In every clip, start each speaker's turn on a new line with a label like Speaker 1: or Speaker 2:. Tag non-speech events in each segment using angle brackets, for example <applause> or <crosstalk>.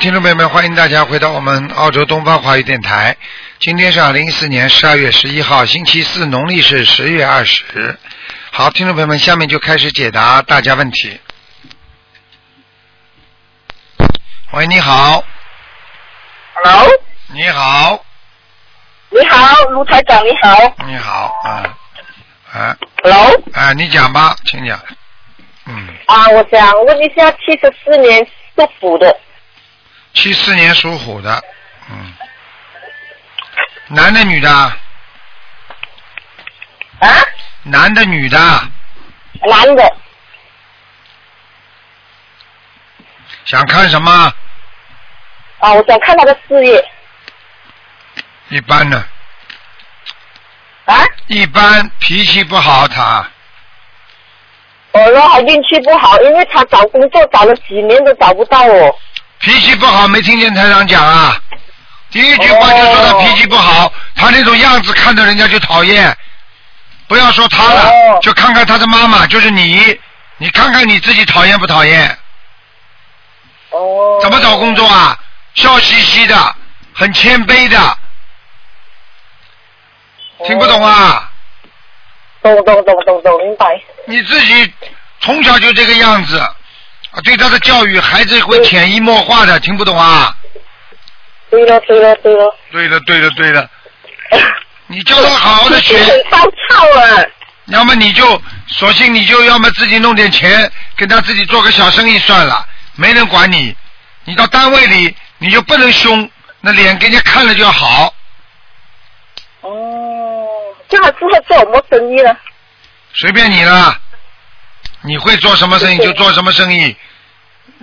Speaker 1: 听众朋友们，欢迎大家回到我们澳洲东方华语电台。今天是二零一四年十二月十一号，星期四，农历是十月二十。好，听众朋友们，下面就开始解答大家问题。喂，你好，
Speaker 2: Hello，
Speaker 1: 你好，
Speaker 2: 你好，卢台长，你好。
Speaker 1: 你好，啊，啊
Speaker 2: Hello，
Speaker 1: 啊，你讲吧，请讲。嗯，
Speaker 2: 啊，我想问一下，七十四年属虎的
Speaker 1: 七四年属虎的，嗯，男的女的？
Speaker 2: 啊，
Speaker 1: 男的女的？
Speaker 2: 男的，
Speaker 1: 想看什么？
Speaker 2: 啊，我想看他的事业
Speaker 1: 一般的，
Speaker 2: 啊，
Speaker 1: 一般脾气不好他，
Speaker 2: 我说哦他运气不好，因为他找工作找了几年都找不到我。
Speaker 1: 脾气不好没听见台长讲啊？第一句话就说他脾气不好，他那种样子看着人家就讨厌。不要说他了，
Speaker 2: 哦
Speaker 1: 就看看他的妈妈，就是你，你看看你自己讨厌不讨厌？
Speaker 2: 哦。
Speaker 1: 怎么找工作？啊？笑嘻嘻的，很谦卑的，听不懂？啊？
Speaker 2: 哦懂懂懂懂懂，明白。
Speaker 1: 你自己从小就这个样子，啊，对他的教育，孩子会潜移默化的，听不懂啊？
Speaker 2: 对了对了对了，
Speaker 1: 对了，对了，对了，你叫他好好的
Speaker 2: 脾气
Speaker 1: 学
Speaker 2: <laughs> 很，暴躁啊。
Speaker 1: 要么你就索性你就要么自己弄点钱，给他自己做个小生意算了，没人管你。你到单位里你就不能凶，那脸给人家看了就好。
Speaker 2: 哦，这样他适合做什么生意呢？
Speaker 1: 随便你了，你会做什么生意就做什么生意，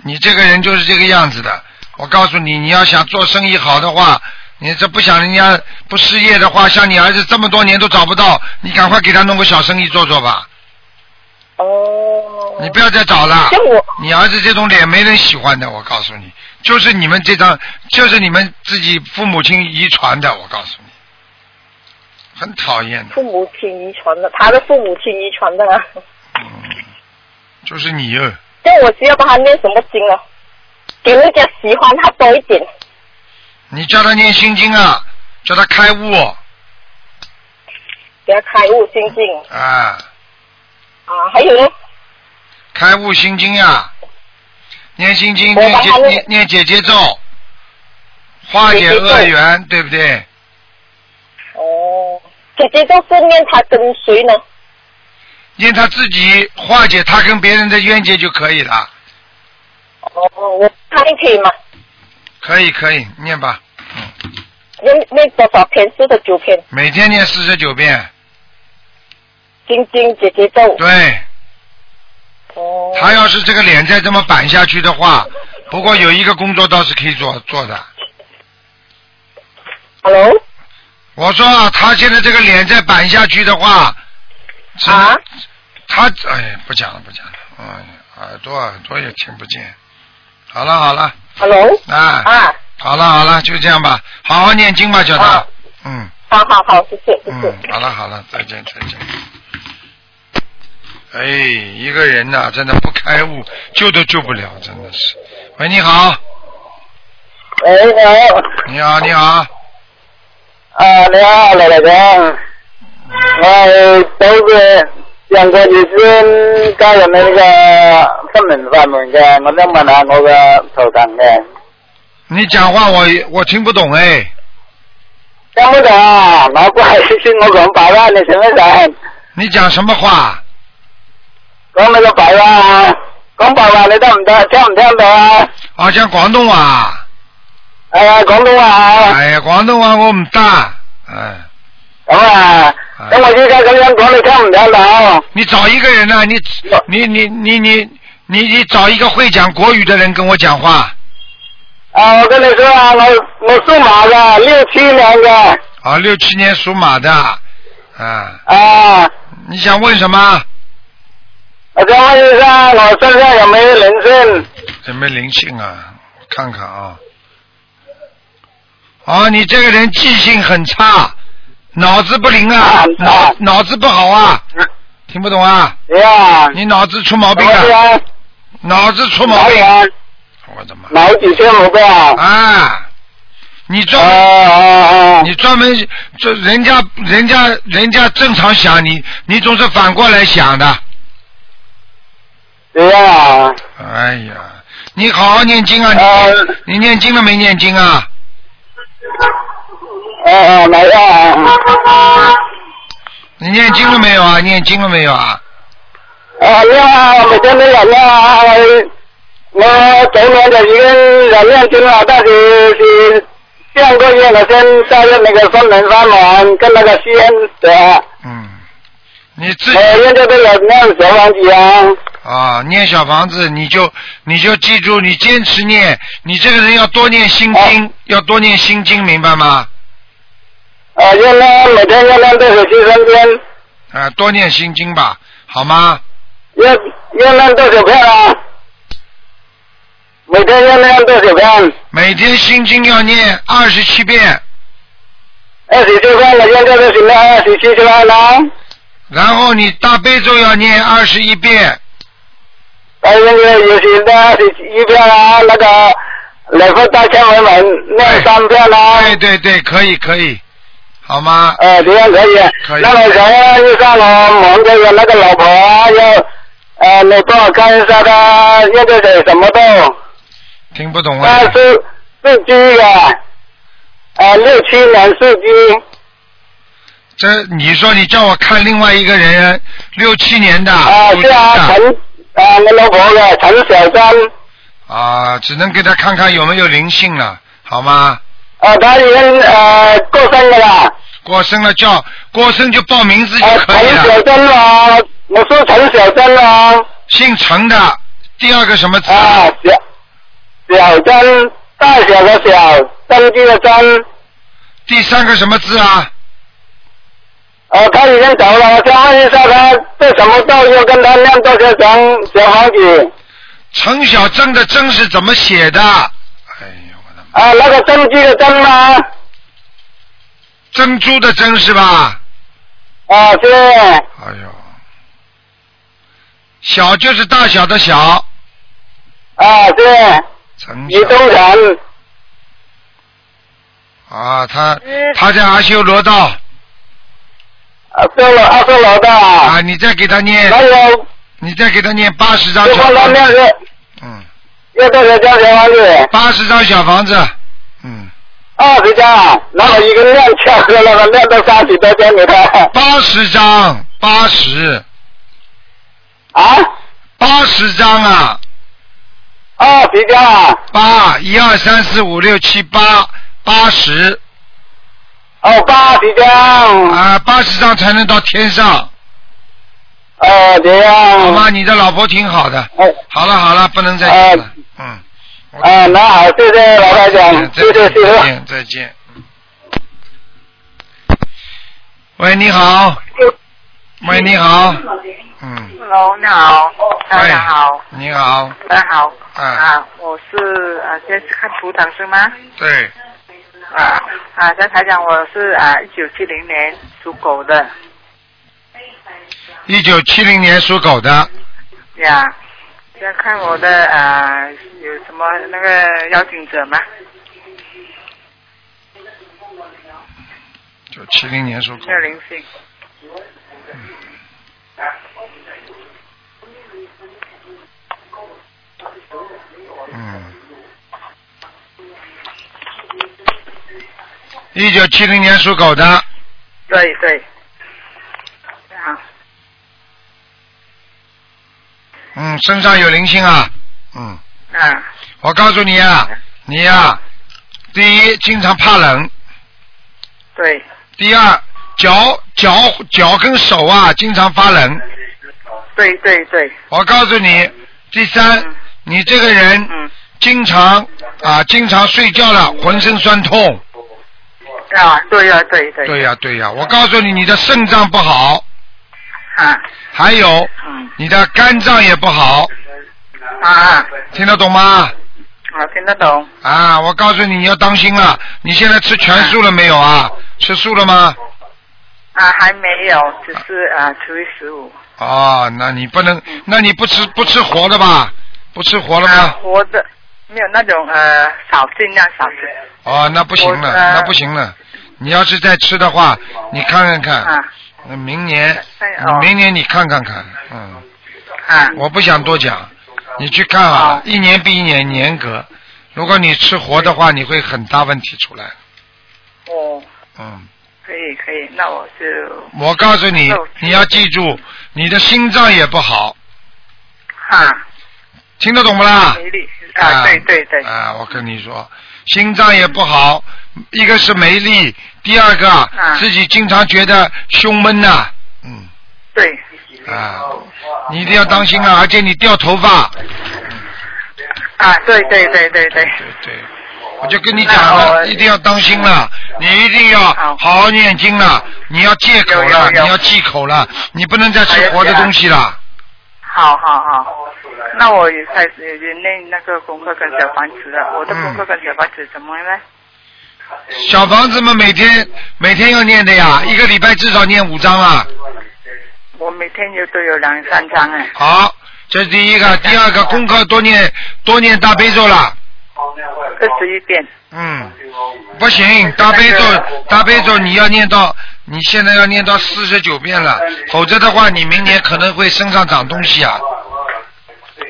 Speaker 1: 你这个人就是这个样子的。我告诉你，你要想做生意好的话，你这不想人家不失业的话，像你儿子这么多年都找不到，你赶快给他弄个小生意做做吧，
Speaker 2: 哦。
Speaker 1: 你不要再找了。
Speaker 2: 像我。
Speaker 1: 你儿子这种脸没人喜欢的，我告诉你，就是你们这张，就是你们自己父母亲遗传的，我告诉你，很讨厌的，
Speaker 2: 父母亲遗传的，他的父母亲遗传的、啊。
Speaker 1: 就是你呃
Speaker 2: 这我需要帮他念什么经啊？给人家喜欢他多一点。
Speaker 1: 你叫他念心经啊，叫他开悟。
Speaker 2: 给他开悟心境
Speaker 1: 啊，
Speaker 2: 啊，还有呢，
Speaker 1: 开悟心经呀、念心经，
Speaker 2: 我
Speaker 1: 念
Speaker 2: 把
Speaker 1: 解
Speaker 2: 它那
Speaker 1: 念念解结咒，化解
Speaker 2: 解结咒
Speaker 1: 恶缘，对不对？
Speaker 2: 哦，姐姐都是念他跟谁呢？
Speaker 1: 念他自己化解他跟别人的冤结就可以了，
Speaker 2: 哦，我看可以吗？
Speaker 1: 可以可以，念吧，
Speaker 2: 念念多少篇？四十九篇，
Speaker 1: 每天念四十九遍，
Speaker 2: 心经姐姐咒。
Speaker 1: 对
Speaker 2: 哦，
Speaker 1: 他要是这个脸再这么板下去的话，不过有一个工作倒是可以做做的，
Speaker 2: Hello，
Speaker 1: 我说啊，他现在这个脸再板下去的话，只
Speaker 2: 啊，
Speaker 1: 他哎，不讲了，不讲了，哎，耳朵耳朵也听不见。好了好了，
Speaker 2: ，Hello，
Speaker 1: 啊，
Speaker 2: 啊，
Speaker 1: 好了好了，就这样吧，好好念经吧，叫他
Speaker 2: 啊。
Speaker 1: 嗯
Speaker 2: 好好好，谢谢谢谢。
Speaker 1: 嗯，好了好了，再见再见。哎，一个人呐、真的不开悟，救都救不了，真的是。喂，你好，
Speaker 3: 喂，你好，
Speaker 1: 你好，你好，
Speaker 4: À,
Speaker 3: 啊，你好，奶奶长，我都是两个女生家人的那个分门法门的，我怎么拿我
Speaker 4: uh,
Speaker 3: 个头上的？
Speaker 1: 你讲话我我听不懂哎，
Speaker 3: 怎么的？我过
Speaker 4: <laughs>
Speaker 3: 来是我讲白话，你听得懂？
Speaker 1: 你讲什么话？
Speaker 3: 讲那个白话，讲白话你听唔得？听唔听到啊？
Speaker 1: 啊，讲广东话。
Speaker 3: 哎
Speaker 4: À,
Speaker 3: 呀，广东话，
Speaker 1: 哎呀，广东话我唔得，哎。
Speaker 3: 咁啊，咁我依家咁样讲，你听唔听到？
Speaker 1: 你找一个人呐、你你你你你你你找一个会讲国语的人跟我讲话
Speaker 4: À,
Speaker 3: 啊，我跟你说啊，我我属马的，六七年的，
Speaker 1: 啊，六七年属马的啊，
Speaker 4: À,
Speaker 3: 啊。
Speaker 1: 你想问什么？
Speaker 4: Ờ,
Speaker 3: 我想问一下，我身上有没有灵性？
Speaker 1: 有没有灵性啊？我看看啊。啊，你这个人记性很差，脑子不灵啊
Speaker 3: 啊，
Speaker 1: 脑
Speaker 3: 啊
Speaker 1: 脑子不好啊，听不懂啊？
Speaker 3: 呀，
Speaker 4: Dạ.
Speaker 1: 你脑子出毛病
Speaker 4: Ờ, 哎
Speaker 3: 什么事
Speaker 1: 了，
Speaker 3: 啊？
Speaker 1: 脑子出毛
Speaker 3: 哪
Speaker 1: 病
Speaker 4: à,
Speaker 3: 里。啊？
Speaker 1: 我的妈！
Speaker 4: 脑脊椎不对啊？
Speaker 1: À, 啊，你
Speaker 4: 啊
Speaker 1: 专门、
Speaker 4: Ờ, 啊啊！
Speaker 1: 你专门这人家人家人家正常想你，你总是反过来想的。
Speaker 4: 对啊，
Speaker 1: 哎呀，你好好念经啊！你、
Speaker 4: 呃
Speaker 1: 你念经了没念经啊？
Speaker 4: 啊啊，没有啊。
Speaker 1: 你念经了没有啊？念经了没有啊？
Speaker 4: 啊，另外每天都有练啊，我昨天的一个人练经啊，但是是上个月的先下月那个分门法门跟那个吸烟者，
Speaker 1: 嗯，你自己
Speaker 4: 我现在都有练小房子啊。
Speaker 1: 啊，念小房子，你就你就记住，你坚持念，你这个人要多念心经，要多念心经，明白吗？
Speaker 4: 啊，要练每天要练多少去三天？
Speaker 1: 啊，多念心经吧，好吗？
Speaker 4: 要要练多少遍啊？每天要练多少啊遍？
Speaker 1: 每天心经要念二十七遍，
Speaker 4: 二十七遍，我现在都是练二十七遍了。
Speaker 1: 然后你大悲咒要念二十一遍，
Speaker 4: 哎，那个有些那是一遍啊，那个两份大千文文那三遍啦、
Speaker 1: 哎对对对，可以可以，好吗？
Speaker 4: 呃，这样可以。
Speaker 1: 可以
Speaker 4: 那么想要遇上我们这个那个老婆啊，要呃，你帮我看一下她现在在什么洞？
Speaker 1: 听不懂
Speaker 4: 她
Speaker 1: 啊？
Speaker 4: 是是鸡的，呃，六七年是鸡。
Speaker 1: 这你说你叫我看另外一个人，六七年的，
Speaker 4: 啊，
Speaker 1: 属
Speaker 4: 是
Speaker 1: 鸡
Speaker 4: 啊，
Speaker 1: 的
Speaker 4: 陈啊，我老婆的陈小三，
Speaker 1: 啊，只能给他看看有没有灵性了，好吗？
Speaker 4: 啊，她已经呃过生了啦。
Speaker 1: 过生了叫过生就报名字就
Speaker 4: 啊，
Speaker 1: 可以
Speaker 4: 陈
Speaker 1: 了，
Speaker 4: 小珍啊，我是陈小珍啊，
Speaker 1: 姓陈的，第二个什么字？
Speaker 4: 啊，小小珍，大小的小，珍珠的珍，
Speaker 1: 第三个什么字啊？
Speaker 4: 呃，他已经走了，我想问一下他这什么道又跟他念多少张小房子？
Speaker 1: 陈小珍的珍是怎么写的？哎呦我的妈！
Speaker 4: 啊，那个珍珠的珍吗？
Speaker 1: 珍珠的珍是吧？
Speaker 4: 啊，是，
Speaker 1: 哎呦，小就是大小的小，
Speaker 4: 啊是，
Speaker 1: 陈
Speaker 4: 于东
Speaker 1: 小
Speaker 4: 城，
Speaker 1: 啊，他
Speaker 4: 嗯
Speaker 1: 他在阿修罗道
Speaker 4: 啊，是了，二十楼的，
Speaker 1: 啊，你再给他念，
Speaker 4: 还有，
Speaker 1: 你再给他念八十张
Speaker 4: 就
Speaker 1: 小
Speaker 4: 帮他
Speaker 1: 房
Speaker 4: 念
Speaker 1: 子，
Speaker 4: 是
Speaker 1: 嗯，
Speaker 4: 要多少张小房子？
Speaker 1: 八十张小房子，嗯。
Speaker 4: 二十张，然后一个量跳过了，那量到三十多张，你看。
Speaker 1: 八十张，八十，
Speaker 4: 啊，
Speaker 1: 八十张啊，
Speaker 4: 二十张啊，
Speaker 1: 八一二三四五六七八，八十
Speaker 4: 哦，八十张，
Speaker 1: 啊，八十张才能到天上，
Speaker 4: 哦，这
Speaker 1: 好
Speaker 4: 样。
Speaker 1: 吗？你的老婆挺好的，
Speaker 4: 哎，
Speaker 1: 好了好了，不能再讲了，嗯，
Speaker 4: 啊，那好，谢谢老台长，谢
Speaker 1: 再
Speaker 4: 谢
Speaker 1: 见
Speaker 4: 谢
Speaker 1: 再
Speaker 4: 谢。
Speaker 1: 见再见。喂，你好，喂，你好，嗯，
Speaker 5: Hello，你好，大
Speaker 1: 喂
Speaker 5: 家好，，
Speaker 1: 你好，
Speaker 5: 大家好，
Speaker 1: 啊，
Speaker 5: 啊，我是啊，现在是看图腾是吗？
Speaker 1: 对，
Speaker 5: 啊啊，在台讲我是啊，一九七零年属狗的
Speaker 1: 一九七零年属狗的，
Speaker 5: 呀，现在看我的啊有什么那个邀请者吗？
Speaker 1: 九七零年属狗
Speaker 5: 没有灵性，
Speaker 1: 嗯，一九七零年属狗的，
Speaker 5: 对对，啊
Speaker 1: 嗯，身上有灵性啊，嗯，
Speaker 5: 啊
Speaker 1: 我告诉你啊，你呀、第一经常怕冷，
Speaker 5: 对，
Speaker 1: 第二脚脚脚跟手啊经常发冷，
Speaker 5: 对对对，
Speaker 1: 我告诉你，第三
Speaker 5: 嗯，
Speaker 1: 你这个人
Speaker 5: 嗯
Speaker 1: 经常啊经常睡觉了浑身酸痛，
Speaker 5: 啊对呀、对对
Speaker 1: 对呀、对呀、我告诉你你的肾脏不好，
Speaker 5: 啊
Speaker 1: 还有
Speaker 5: 嗯
Speaker 1: 你的肝脏也不好，
Speaker 5: 啊
Speaker 1: 听得懂吗？
Speaker 5: 啊听得懂
Speaker 1: 啊，我告诉你，你要当心了。你现在吃全素了没有啊？吃素了吗？
Speaker 5: 啊还没有，只是啊除以十五。
Speaker 1: 啊哦，那你不能，那你不吃不吃活的吧？不吃活了
Speaker 5: 啊，
Speaker 1: 吗？
Speaker 5: 活的，没有那种呃少，尽量少吃。
Speaker 1: 哦，那不行了，
Speaker 5: 我呃
Speaker 1: 那不行了。你要是再吃的话，你看看看，
Speaker 5: 啊
Speaker 1: 那明年
Speaker 5: 哎哦，
Speaker 1: 明年你看看看，嗯，
Speaker 5: 啊
Speaker 1: 我不想多讲，你去看啊，一年比一年严格。如果你吃活的
Speaker 5: 嗯
Speaker 1: 话，你会很大问题出来。
Speaker 5: 哦，
Speaker 1: 嗯，
Speaker 5: 可以可以，那我就
Speaker 1: 我告诉你
Speaker 5: 肉，
Speaker 1: 你要记住，你的心脏也不好，
Speaker 5: 哈
Speaker 1: 听得懂不啦？
Speaker 5: 啊没力啊，对对对，
Speaker 1: 啊，我跟你说，心脏也不好，一个是没力，第二个、
Speaker 5: 啊
Speaker 1: 自己经常觉得胸闷呐、嗯
Speaker 5: 对
Speaker 1: 啊，你一定要当心啊，而且你掉头发，
Speaker 5: 啊，对对对对对，
Speaker 1: 对对，我就跟你讲
Speaker 5: 那
Speaker 1: 了，
Speaker 5: 我
Speaker 1: 一定要当心了，你一定要好
Speaker 5: 好
Speaker 1: 好念经了，你要戒口了，
Speaker 5: 有有有
Speaker 1: 你要忌口了，你不能再
Speaker 5: 哎
Speaker 1: 吃
Speaker 5: 呀
Speaker 1: 活的
Speaker 5: 是啊
Speaker 1: 东西了。
Speaker 5: 好好好，那我也开始也练那个功课跟小房子了，我的功课跟小房子怎么样呢？
Speaker 1: 小房子们每天每天要念的呀，一个礼拜至少念五章啊。
Speaker 5: 我每天有都有两三张哎，
Speaker 1: 好，这是第一个，第二个功课多念多念大悲咒了。
Speaker 5: 二十一遍，
Speaker 1: 嗯，不行，大悲咒大悲咒你要念到，你现在要念到四十九遍了，否则的话你明年可能会身上长东西啊。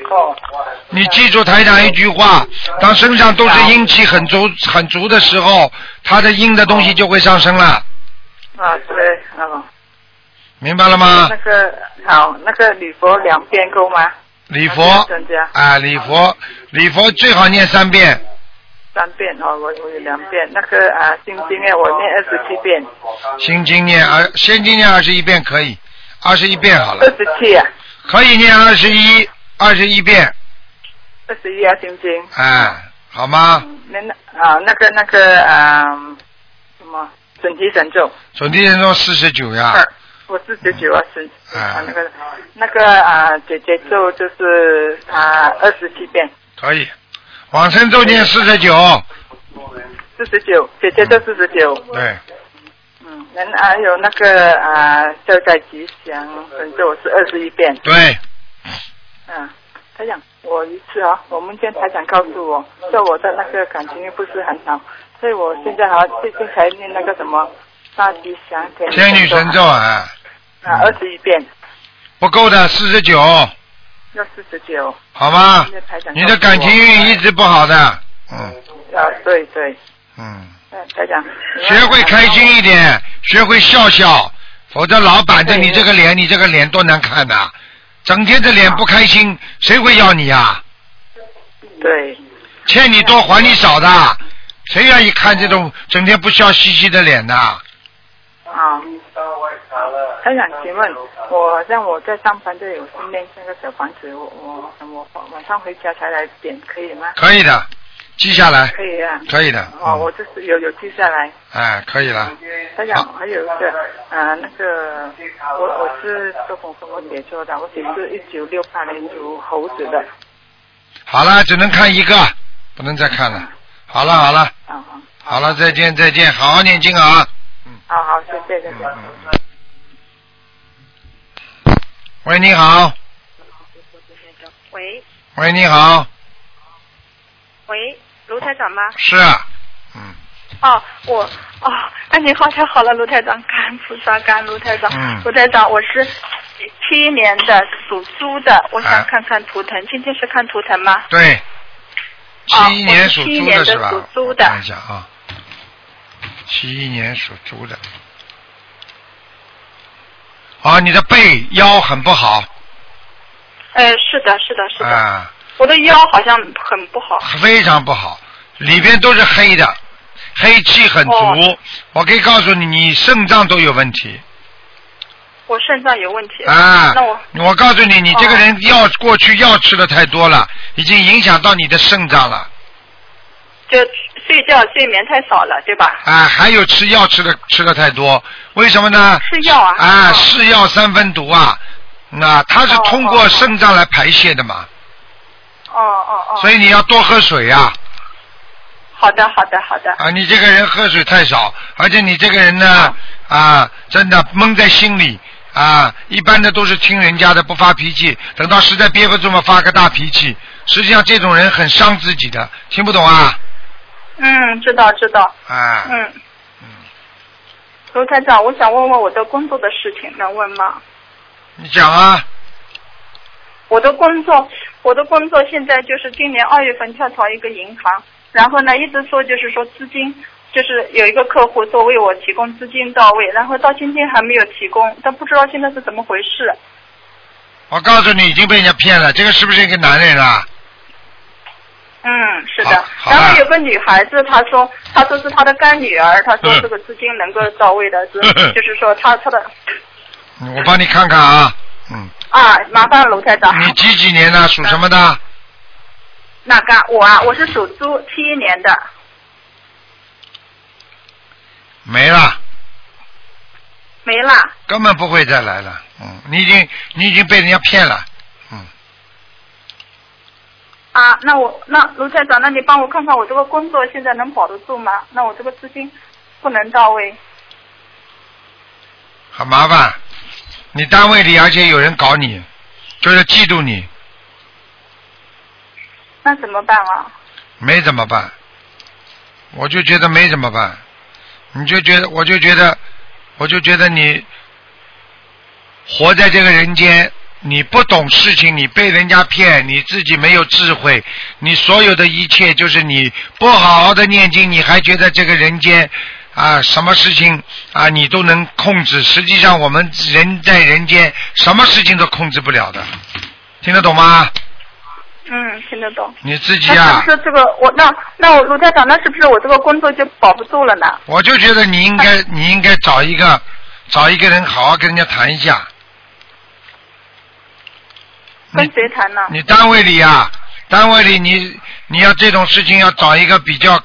Speaker 5: 哦，
Speaker 1: 你记住台长一句话，当身上都是阴气很足很足的时候，它的阴的东西就会上升了，
Speaker 5: 啊对，哦，
Speaker 1: 明白了吗
Speaker 5: 那？个好，那个礼佛两遍够吗？
Speaker 1: 礼佛
Speaker 5: 增加
Speaker 1: 啊，礼佛，礼佛最好念三遍。
Speaker 5: 三遍哦，我我有两遍，那个啊心经哎，我念二十七遍，
Speaker 1: 心经念二，先经念二十一遍可以，二十一遍好
Speaker 5: 二
Speaker 1: 了，
Speaker 5: 十七啊，
Speaker 1: 可以念二十一，二十一遍，
Speaker 5: 二十一啊心经，
Speaker 1: 哎，好吗？
Speaker 5: 嗯那那啊那个那个啊什么准提神咒
Speaker 1: 准提人咒四十九呀，
Speaker 5: 二，我是九九二十
Speaker 1: 啊
Speaker 5: 啊那个那个啊姐姐咒就是啊二十七遍，
Speaker 1: 可以。往生咒念四十九，
Speaker 5: 四十九姐姐咒四十九，
Speaker 1: 对，
Speaker 5: 嗯，那还有那个啊消灾吉祥神咒是二十一遍，
Speaker 1: 对，
Speaker 5: 嗯，台长，我一次啊、我们见台长告诉我，说我的那个感情不是很好，所以我现在好像最近才念那个什么大吉祥天
Speaker 1: 天女神咒啊，
Speaker 5: 啊，二十一遍，
Speaker 1: 不够的四十九，
Speaker 5: 要四十九。
Speaker 1: 好吗
Speaker 5: 现在台长告诉我？
Speaker 1: 你的感情运一直不好的，嗯
Speaker 5: 啊，对对，
Speaker 1: 嗯，
Speaker 5: 嗯，台长，
Speaker 1: 学会开心一点，学会笑笑，否则老板着你这个脸，你这个脸多难看呐、整天这脸不开心，谁会要你啊？
Speaker 5: 对，
Speaker 1: 欠你多还你少的，谁愿意看这种整天不笑嘻嘻的脸呐？
Speaker 5: 啊，台长，请问我好像我在上班这里，我是念那个小房子，我我我我晚上回家才来点，可以吗？
Speaker 1: 可以的，记下来，
Speaker 5: 可以啊，
Speaker 1: 可以的，嗯
Speaker 5: 哦，我就是有有记下来。
Speaker 1: 哎，可以了。
Speaker 5: 台长，还有一个，呃，那个，我我是做工跟我姐做的，我姐是一九六八年属猴子的，
Speaker 1: 好了，只能看一个，不能再看了。好了，好了，
Speaker 5: 啊啊，
Speaker 1: 好了，再见，再见，好好念经啊。
Speaker 5: 好好，谢谢谢谢。
Speaker 1: 喂，你好，
Speaker 6: 喂
Speaker 1: 喂，你好，
Speaker 6: 喂，卢台长吗？
Speaker 1: 是啊，嗯
Speaker 6: 哦，我哦，那你好，太好了，卢台长，感恩菩萨，感恩卢台长。
Speaker 1: 嗯
Speaker 6: 卢台长，我是七一年的属猪的，我
Speaker 1: 哎
Speaker 6: 想看看图腾，今天是看图腾吗？
Speaker 1: 对，
Speaker 6: 哦
Speaker 1: 七一年属
Speaker 6: 我是71
Speaker 1: 猪
Speaker 6: 年的
Speaker 1: 是吧
Speaker 6: 属？猪
Speaker 1: 我
Speaker 6: 的
Speaker 1: 看一下啊，七一年属猪的。啊，你的背腰很不好
Speaker 6: 呃，是的，是的，是的，
Speaker 1: 啊，
Speaker 6: 我的腰好像很不好。
Speaker 1: 非常不好，里边都是黑的，黑气很足。
Speaker 6: 哦
Speaker 1: 我可以告诉你，你肾脏都有问题
Speaker 6: 我肾脏有问题
Speaker 1: 啊
Speaker 6: 那我。哦
Speaker 1: 我告诉你，你这个人药、过去药吃的太多了，已经影响到你的肾脏了
Speaker 6: 就睡觉睡眠太少了，对吧？
Speaker 1: 啊。还有吃药吃的吃的太多，为什么呢？
Speaker 6: 吃药啊？
Speaker 1: 啊，
Speaker 6: 哦
Speaker 1: 是药三分毒啊，那它是通过肾脏来排泄的嘛，
Speaker 6: 哦哦哦。
Speaker 1: 所以你要多喝水呀、
Speaker 6: 好的，好的，好的。
Speaker 1: 啊。你这个人喝水太少，而且你这个人呢，
Speaker 6: 哦
Speaker 1: 啊，真的闷在心里啊，一般的都是听人家的不发脾气，等到实在憋不住嘛发个大脾气，实际上这种人很伤自己的，听不懂啊？
Speaker 6: 嗯，知道知道，
Speaker 1: 啊，
Speaker 6: 嗯。卢台长，我想问问我的工作的事情，能问吗？
Speaker 1: 你讲啊，
Speaker 6: 我的工作，我的工作现在就是今年二月份跳槽一个银行，然后呢一直说就是说资金，就是有一个客户说为我提供资金到位，然后到今天还没有提供，但不知道现在是怎么回事。
Speaker 1: 我告诉你已经被人家骗了，这个是不是一个男人啊？
Speaker 6: 嗯，是的
Speaker 1: 好。好啊
Speaker 6: 然
Speaker 1: 吧
Speaker 6: 后有个女孩子，她说，她说是她的干女儿，她说这个资金能够到位的是，
Speaker 1: 嗯
Speaker 6: 就是说她她的
Speaker 1: 嗯我帮你看看啊，嗯，
Speaker 6: 啊，麻烦卢台长。
Speaker 1: 你几几年的，属什么的？
Speaker 6: 那个我啊，我是属猪，七一年的。
Speaker 1: 没了，
Speaker 6: 没了，
Speaker 1: 根本不会再来了。嗯，你已经你已经被人家骗了。嗯，
Speaker 6: 啊，那我那卢台长，那你帮我看看我这个工作现在能保得住吗？那我这个资金不能到位。
Speaker 1: 很麻烦。你单位里而且有人搞你，就是嫉妒你，
Speaker 6: 那怎么办啊？
Speaker 1: 没怎么办。我就觉得没怎么办，你就觉得我就觉得我就觉得你活在这个人间，你不懂事情，你被人家骗，你自己没有智慧，你所有的一切就是你不好好的念经，你还觉得这个人间啊什么事情啊你都能控制，实际上我们人在人间什么事情都控制不了的，听得懂吗？
Speaker 6: 嗯，听得懂。
Speaker 1: 你自己
Speaker 6: 那
Speaker 1: 啊
Speaker 6: 是不。是这个我那那我卢台长，那是不是我这个工作就保不住了呢？
Speaker 1: 我就觉得你应该，你应该找一个，找一个人好好跟人家谈一下。
Speaker 6: 跟
Speaker 1: 你
Speaker 6: 谁谈呢？
Speaker 1: 你单位里啊，单位里你你要这种事情要找一个比较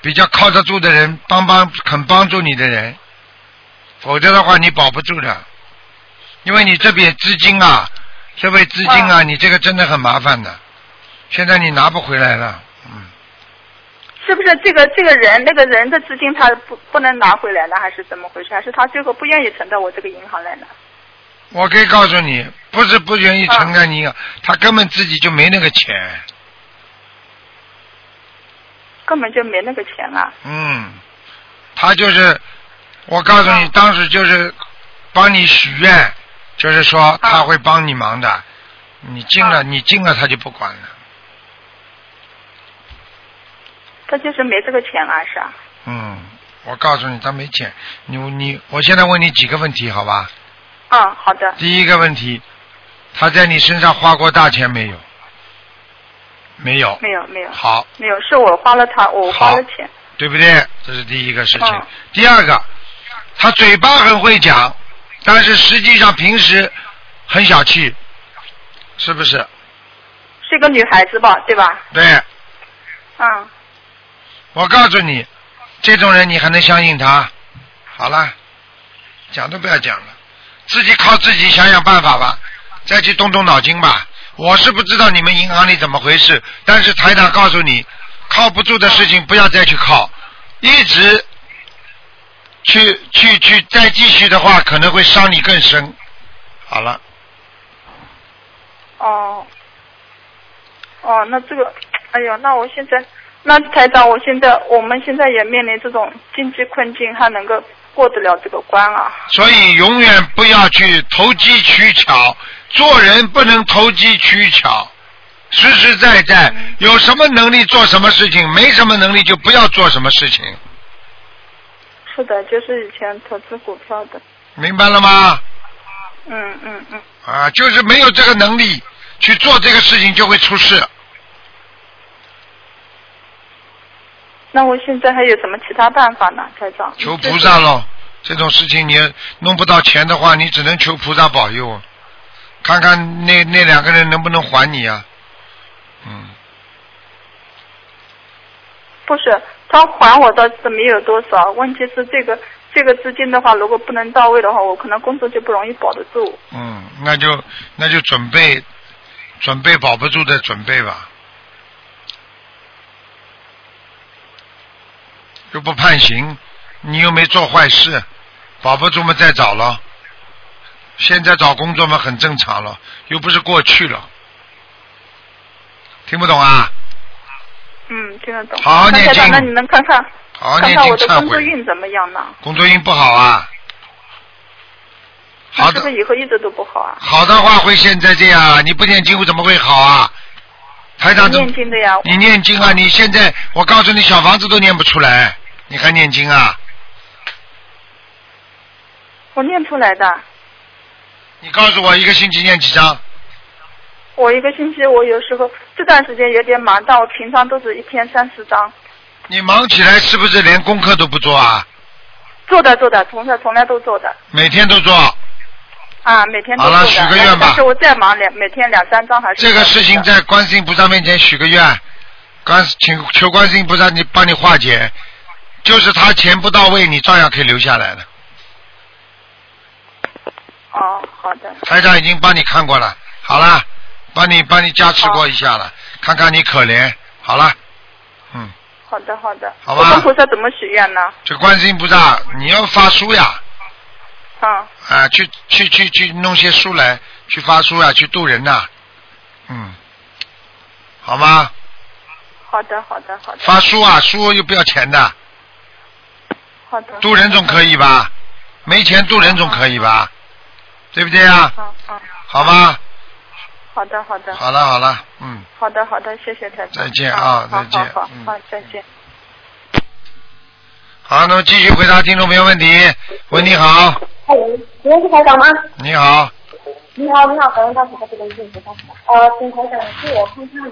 Speaker 1: 比较靠得住的人，帮帮肯帮助你的人，否则的话你保不住的，因为你这笔资金啊，这笔资金啊，你这个真的很麻烦的，现在你拿不回来了，嗯，
Speaker 6: 是不是这个这个人那个人的资金他不不能拿回来了，还是怎么回事？还是他最后不愿意存到我这个银行来呢？
Speaker 1: 我可以告诉你，不是不愿意承担你，啊他根本自己就没那个钱，
Speaker 6: 根本就没那个钱啊！
Speaker 1: 嗯，他就是，我告诉你，
Speaker 6: 嗯
Speaker 1: 当时就是帮你许愿，就是说他会帮你忙的。你进了，你进了，他就不管了。
Speaker 6: 他就是没这个钱啊，是啊。
Speaker 1: 嗯，我告诉你，他没钱。你你，我现在问你几个问题，好吧？
Speaker 6: 嗯，好的。
Speaker 1: 第一个问题，他在你身上花过大钱没有？没有。
Speaker 6: 没有没有
Speaker 1: 好，
Speaker 6: 没有，是我花了他，我花了钱。
Speaker 1: 对不对？这是第一个事情。
Speaker 6: 嗯
Speaker 1: 第二个，他嘴巴很会讲，但是实际上平时很小气，是不是？
Speaker 6: 是个女孩子吧，对吧？
Speaker 1: 对，
Speaker 6: 嗯，
Speaker 1: 我告诉你，这种人你还能相信他？好了，讲都不要讲了，自己靠自己想想办法吧，再去动动脑筋吧。我是不知道你们银行里怎么回事，但是台长告诉你，靠不住的事情不要再去靠，一直去去去再继续的话，可能会伤你更深。好了，
Speaker 6: 哦，哦，那这个，哎呦，那我现在，那台长，我现在，我们现在也面临这种经济困境，还能够过得了这个关啊？
Speaker 1: 所以永远不要去投机取巧，做人不能投机取巧，实实在在，有什么能力做什么事情，没什么能力就不要做什么事情，
Speaker 6: 是的，就是以前投资股票的，
Speaker 1: 明白了吗？
Speaker 6: 嗯嗯嗯，
Speaker 1: 啊，就是没有这个能力去做这个事情就会出事。
Speaker 6: 那我现在还有什么其他办法呢，台长？
Speaker 1: 求菩萨喽，这种事情你弄不到钱的话，你只能求菩萨保佑，看看那那两个人能不能还你啊？嗯，
Speaker 6: 不是，他还我倒是没有多少，问题是这个这个资金的话，如果不能到位的话，我可能工作就不容易保得住。
Speaker 1: 嗯，那就那就准备准备保不住的准备吧，又不判刑，你又没做坏事，保不住嘛再找了。现在找工作嘛很正常了，又不是过去了，听不懂啊？
Speaker 6: 嗯，听得懂。
Speaker 1: 好好
Speaker 6: 那
Speaker 1: 念
Speaker 6: 台长
Speaker 1: 经
Speaker 6: 那你能看看
Speaker 1: 好好
Speaker 6: 看
Speaker 1: 念
Speaker 6: 看
Speaker 1: 经
Speaker 6: 我的
Speaker 1: 忏
Speaker 6: 工作
Speaker 1: 悔，
Speaker 6: 运怎么样呢？
Speaker 1: 工作运不好啊。好
Speaker 6: 是
Speaker 1: 的
Speaker 6: 不是以后一直都不好啊？
Speaker 1: 好的话会现在这样啊，你不念经怎么会好啊？台长怎么
Speaker 6: 念经的呀，
Speaker 1: 你念经啊？你现在我告诉你，小房子都念不出来，你还念经啊？
Speaker 6: 我念出来的。
Speaker 1: 你告诉我一个星期念几张？
Speaker 6: 我一个星期，我有时候这段时间有点忙，但我平常都是一天三四张，
Speaker 1: 你忙起来是不是连功课都不做啊？
Speaker 6: 做的做的，从来从来都做的
Speaker 1: 每天都做，
Speaker 6: 啊，每天都
Speaker 1: 好
Speaker 6: 做的。
Speaker 1: 了许个愿吧
Speaker 6: 但是我再忙两每天两三张还是
Speaker 1: 这个事情
Speaker 6: 做的
Speaker 1: 在观世音菩萨面前许个愿，观请求观世音菩萨你帮你化解，就是他钱不到位，你照样可以留下来的。
Speaker 6: 哦，好的，
Speaker 1: 台长已经帮你看过了，好了，帮你帮你加持过一下了，看看你可怜，好了，嗯，
Speaker 6: 好的，好的。
Speaker 1: 好吧
Speaker 6: 我跟菩萨怎么许愿呢？
Speaker 1: 这观世音菩萨你要发书呀，
Speaker 6: 啊，
Speaker 1: 啊，去去去去弄些书来，去发书呀，去渡人呐、嗯，好吗？
Speaker 6: 好的，好的，好的，
Speaker 1: 发书啊，书又不要钱的，
Speaker 6: 好的。
Speaker 1: 渡人总可以吧？没钱渡人总可以吧？对不对啊？
Speaker 6: 嗯嗯，
Speaker 1: 好吗？
Speaker 6: 好的，好的，
Speaker 1: 好了好了，嗯。
Speaker 6: 好的，好的，谢谢台长。
Speaker 1: 再见啊
Speaker 6: 啊，好
Speaker 1: 再见
Speaker 6: 好好
Speaker 1: 嗯，
Speaker 6: 好，再见。
Speaker 1: 好，那么继续回答听众朋友问题。喂，你好，
Speaker 7: 嗨，哎请问是台长吗？
Speaker 1: 你好，
Speaker 7: 你好，你好，感恩大师，这个幸福大师。呃，请台长替我看看，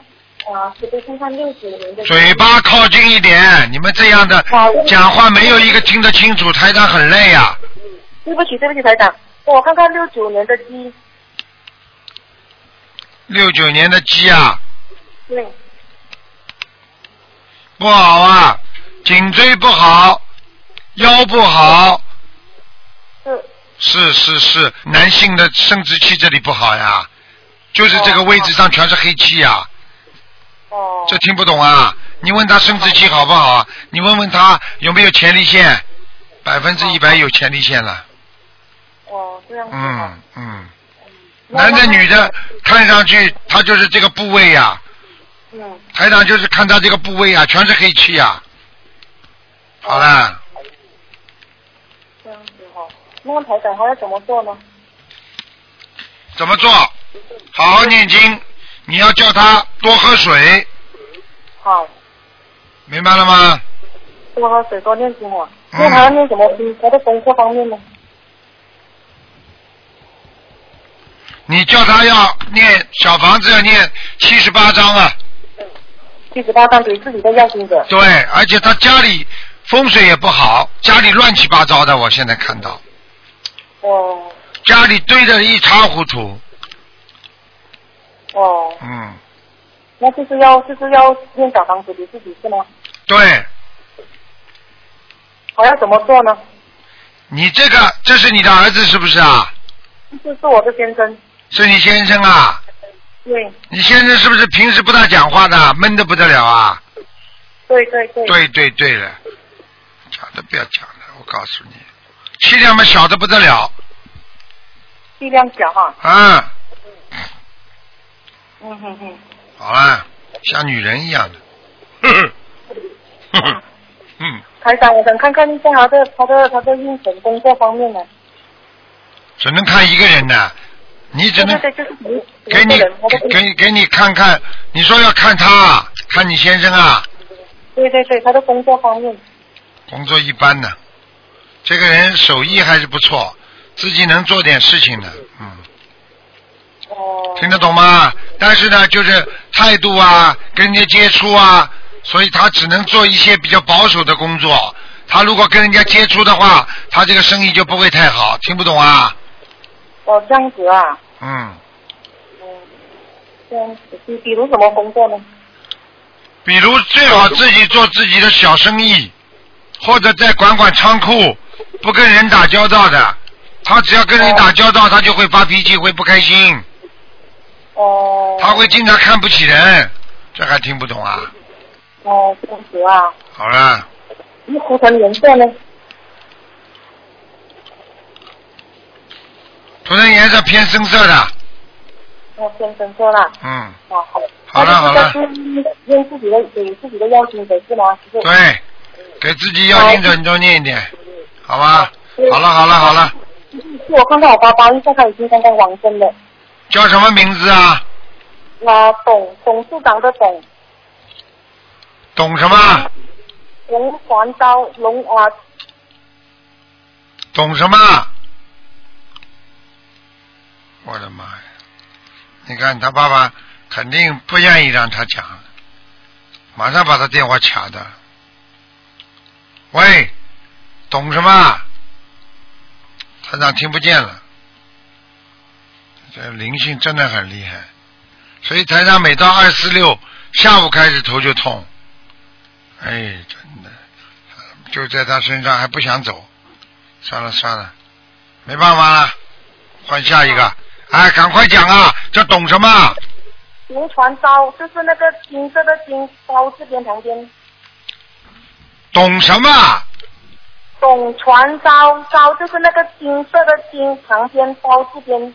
Speaker 7: 呃，是对看看六九年的
Speaker 1: 嘴巴靠近一点，你们这样的
Speaker 7: 好
Speaker 1: 讲话没有一个听得清楚，台长很累啊呀、
Speaker 7: 对不起，对不起，台长，我看看六九年的鸡。
Speaker 1: 六九年的鸡啊，
Speaker 7: 对，
Speaker 1: 不好啊，颈椎不好，腰不好，是
Speaker 7: 是
Speaker 1: 是是，男性的生殖器这里不好呀，就是这个位置上全是黑气呀、
Speaker 7: 哦。
Speaker 1: 这听不懂啊？你问他生殖器好不好啊？你问问他有没有前列腺？百分之一百有前列腺了。
Speaker 7: 哦，这样子。
Speaker 1: 嗯嗯，
Speaker 7: 那
Speaker 1: 男的女的。看上去他就是这个部位呀、
Speaker 7: 嗯，
Speaker 1: 台长就是看他这个部位啊，全是黑气呀、好了，
Speaker 7: 这样子哈、哦。那么台长还要怎么做呢？
Speaker 1: 怎么做？好好念经，你要叫他多喝水，
Speaker 7: 好，
Speaker 1: 明白了吗？
Speaker 7: 多喝水，多念经哦。
Speaker 1: 嗯
Speaker 7: 那还要念什么经？他的功课方面呢？
Speaker 1: 你叫他要念小房子要念七十八章啊，
Speaker 7: 七十八章给自己的要经者。
Speaker 1: 对，而且他家里风水也不好，家里乱七八糟的，我现在看到
Speaker 7: 哦
Speaker 1: 家里堆得一塌糊涂，
Speaker 7: 哦，
Speaker 1: 嗯，
Speaker 7: 那就是要就是要念小房子给自己是吗？
Speaker 1: 对
Speaker 7: 我要怎么做呢？
Speaker 1: 你这个这是你的儿子是不是啊？
Speaker 7: 这是我的先生，
Speaker 1: 是你先生啊？
Speaker 7: 对，
Speaker 1: 你先生是不是平时不大讲话的，闷得不得了啊？
Speaker 7: 对对对，
Speaker 1: 对对对了，讲都不要讲了，我告诉你，气量嘛小的不得了，
Speaker 7: 力量小哈，
Speaker 1: 啊、
Speaker 7: 嗯哼哼，
Speaker 1: 好啦，像女人一样的。 <laughs> 哼哼哼嗯，
Speaker 7: 台长，我想看看一下他的他的他的运程工作方面呢，
Speaker 1: 只能看一个人的，你只
Speaker 7: 对对
Speaker 1: 能
Speaker 7: 对，就是每
Speaker 1: 给
Speaker 7: 每个
Speaker 1: 你
Speaker 7: 人他的
Speaker 1: 给给给你看看，你说要看他，看你先生啊，
Speaker 7: 对对对，他的工作方面，
Speaker 1: 工作一般呢，这个人手艺还是不错，自己能做点事情的，嗯，
Speaker 7: 哦，
Speaker 1: 听得懂吗？但是呢，就是态度啊，跟人家接触啊，所以他只能做一些比较保守的工作。他如果跟人家接触的话，他这个生意就不会太好，听不懂啊？
Speaker 7: 哦这样子啊，
Speaker 1: 嗯，
Speaker 7: 嗯，这样子，比比如什么工作呢？
Speaker 1: 比如最好自己做自己的小生意，或者再管管仓库，不跟人打交道的。他只要跟人打交道，他就会发脾气，会不开心，
Speaker 7: 哦，
Speaker 1: 他会经常看不起人。这还听不懂啊？
Speaker 7: 哦这样子啊，
Speaker 1: 好了，
Speaker 7: 那涂成颜色呢？
Speaker 1: 涂成颜色偏深色的，
Speaker 7: 我先生说了。
Speaker 1: 嗯，
Speaker 7: 哦，好。
Speaker 1: 好了好了
Speaker 7: 那就是要念自己的给自己的要求者是吗？师傅。
Speaker 1: 对，给自己要精准多念一点，好吧？好了好了好了，
Speaker 7: 是我看到我包包，一下他已经刚刚亡身了。
Speaker 1: 叫什么名字啊？
Speaker 7: 那董董事长的董，
Speaker 1: 懂什么？
Speaker 7: 龙环刀龙啊，
Speaker 1: 懂什么？我的妈呀！你看他爸爸肯定不愿意让他讲，马上把他电话卡的。喂，懂什么？团长听不见了。这灵性真的很厉害，所以台上每到二四六下午开始头就痛，哎，真的，就在他身上还不想走，算了算了，没办法了，换下一个。哎，赶快讲啊！这懂什么？
Speaker 7: 龙船刀就是那个金色的金呃刀字边旁边，
Speaker 1: 懂什么？
Speaker 7: 董船刀刀就是那个金色的金旁边刀字边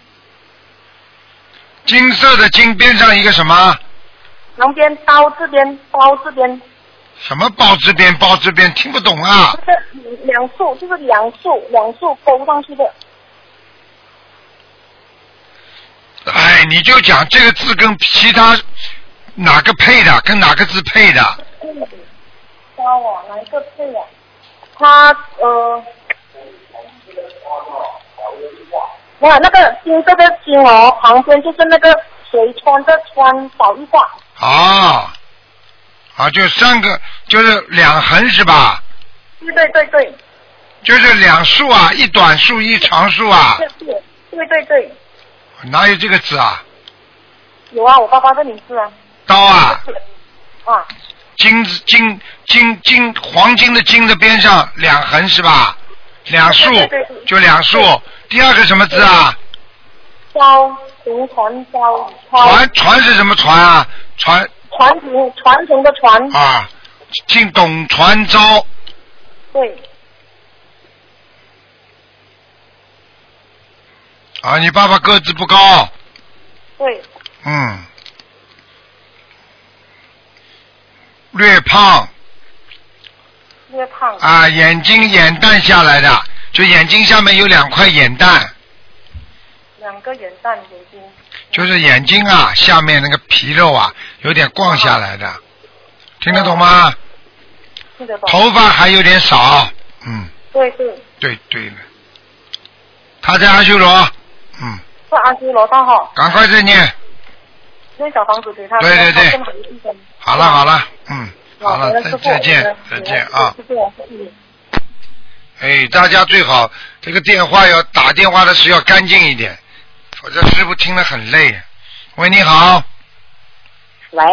Speaker 1: 金色的金边上一个什么？
Speaker 7: 旁边刀字边刀字边，
Speaker 1: 什么包字边？包字边听不懂啊！
Speaker 7: 就是两竖，就是两竖两竖勾上去的。
Speaker 1: 哎，你就讲这个字跟其他哪个配的，跟哪个字配的？
Speaker 7: 教我哪一个配呀、他呃，哇，呃那个金色的金哦，旁边就是那个谁穿的穿少一挂，
Speaker 1: 哦，啊，就三个，就是两横是吧？
Speaker 7: 对对对对，
Speaker 1: 就是两竖啊，一短竖一长竖啊，
Speaker 7: 对对对对对，
Speaker 1: 哪有这个字啊？
Speaker 7: 有啊，我爸爸的名字啊，
Speaker 1: 刀啊，
Speaker 7: 啊，
Speaker 1: 金字金金金黄金的金的边上两横是吧？两竖
Speaker 7: 对对对
Speaker 1: 就两竖。第二个什么字啊？
Speaker 7: 教红船教船
Speaker 1: 船船是什么船啊？船
Speaker 7: 传统传统的传，
Speaker 1: 啊，进董传昭，
Speaker 7: 对，
Speaker 1: 啊，你爸爸个子不高，
Speaker 7: 对，
Speaker 1: 嗯，略胖
Speaker 7: 略胖，
Speaker 1: 啊，眼睛眼蛋下来的，就眼睛下面有两块眼蛋，
Speaker 7: 两个元旦眼睛，
Speaker 1: 就是眼睛啊下面那个皮肉啊有点逛下来的，听得懂吗？
Speaker 7: 记得吧？
Speaker 1: 头发还有点少，嗯，
Speaker 7: 对对，
Speaker 1: 对对了，他在阿修罗，嗯，
Speaker 7: 是阿修罗道哈，
Speaker 1: 赶快再念，
Speaker 7: 那小房子给他，
Speaker 1: 对对对
Speaker 7: 他更好一点
Speaker 1: 好了好了，嗯，好
Speaker 7: 好
Speaker 1: 了，
Speaker 7: 的
Speaker 1: 再
Speaker 7: 师傅
Speaker 1: 再
Speaker 7: 好
Speaker 1: 见
Speaker 7: 的
Speaker 1: 再见啊。
Speaker 7: 师傅，嗯
Speaker 1: 哎，大家最好这个电话要打电话的时候要干净一点，否则师傅听了很累。喂，你好，
Speaker 4: 喂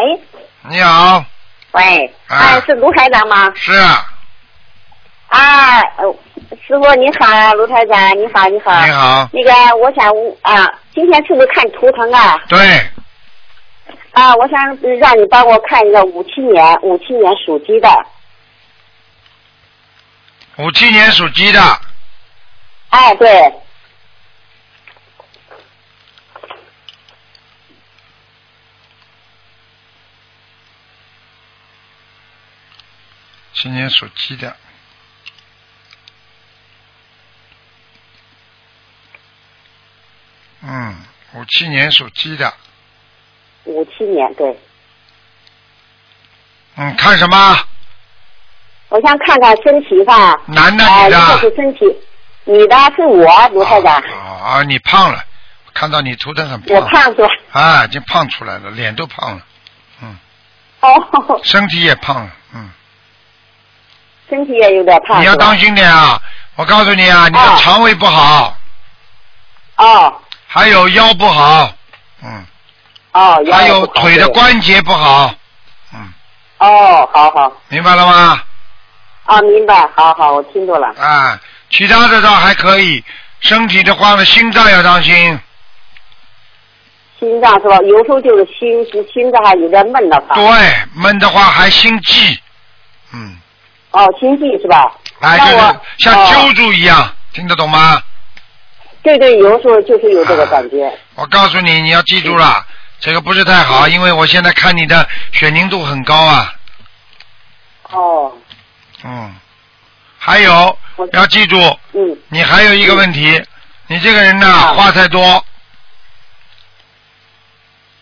Speaker 1: 你好，
Speaker 4: 喂，
Speaker 1: 啊
Speaker 4: 哎，是卢台长吗？
Speaker 1: 是啊，
Speaker 4: 啊，呃师傅你好，卢台长你好你好。
Speaker 1: 你好，
Speaker 4: 那个我想啊，今天是不是看图腾啊？
Speaker 1: 对，
Speaker 4: 啊，我想让你帮我看一个五七年五七年属鸡的。
Speaker 1: 五七年属鸡的，
Speaker 4: 哎，对，
Speaker 1: 七年属鸡的。嗯，五七年属鸡的，
Speaker 4: 五七年对。
Speaker 1: 嗯，看什么？
Speaker 4: 我想看看身体吧。
Speaker 1: 男的
Speaker 4: 哎
Speaker 1: 女的
Speaker 4: 如果是身体，你的是我卢台长，
Speaker 1: 啊啊，你胖了，看到你图腾很
Speaker 4: 我胖是吧？ <laughs>
Speaker 1: 啊，已经胖出来了，脸都胖了，
Speaker 4: 哦，
Speaker 1: 身体也胖了，嗯。
Speaker 4: 身体也有点胖。
Speaker 1: 你要
Speaker 4: 是吧
Speaker 1: 当心点啊！我告诉你啊，你的
Speaker 4: 哦
Speaker 1: 肠胃不好，
Speaker 4: 哦
Speaker 1: 还有腰不好，嗯，
Speaker 4: 哦，腰
Speaker 1: 还
Speaker 4: 也
Speaker 1: 有
Speaker 4: 不好
Speaker 1: 腿的
Speaker 4: 对
Speaker 1: 关节不好，嗯，
Speaker 4: 哦，好好。
Speaker 1: 明白了吗？
Speaker 4: 啊，明白，好好，我听住了。
Speaker 1: 啊，其他的倒还可以，身体的话呢，心脏要当心，
Speaker 4: 心脏是吧？有时候就是心心脏还有点闷的慌。
Speaker 1: 对，闷的话还心悸，嗯，
Speaker 4: 哦，心悸是吧？
Speaker 1: 哎，
Speaker 4: 那
Speaker 1: 就
Speaker 4: 我
Speaker 1: 是像
Speaker 4: 哦
Speaker 1: 揪住一样，听得懂吗？
Speaker 4: 对对，有时候就是有这个感觉。
Speaker 1: 我告诉你，你要记住了，
Speaker 4: 嗯
Speaker 1: 这个不是太好，因为我现在看你的血凝度很高啊。
Speaker 4: 哦，
Speaker 1: 嗯，还有
Speaker 4: 我
Speaker 1: 要记住，
Speaker 4: 嗯，
Speaker 1: 你还有一个问题，你这个人
Speaker 4: 啊
Speaker 1: 呐话太多，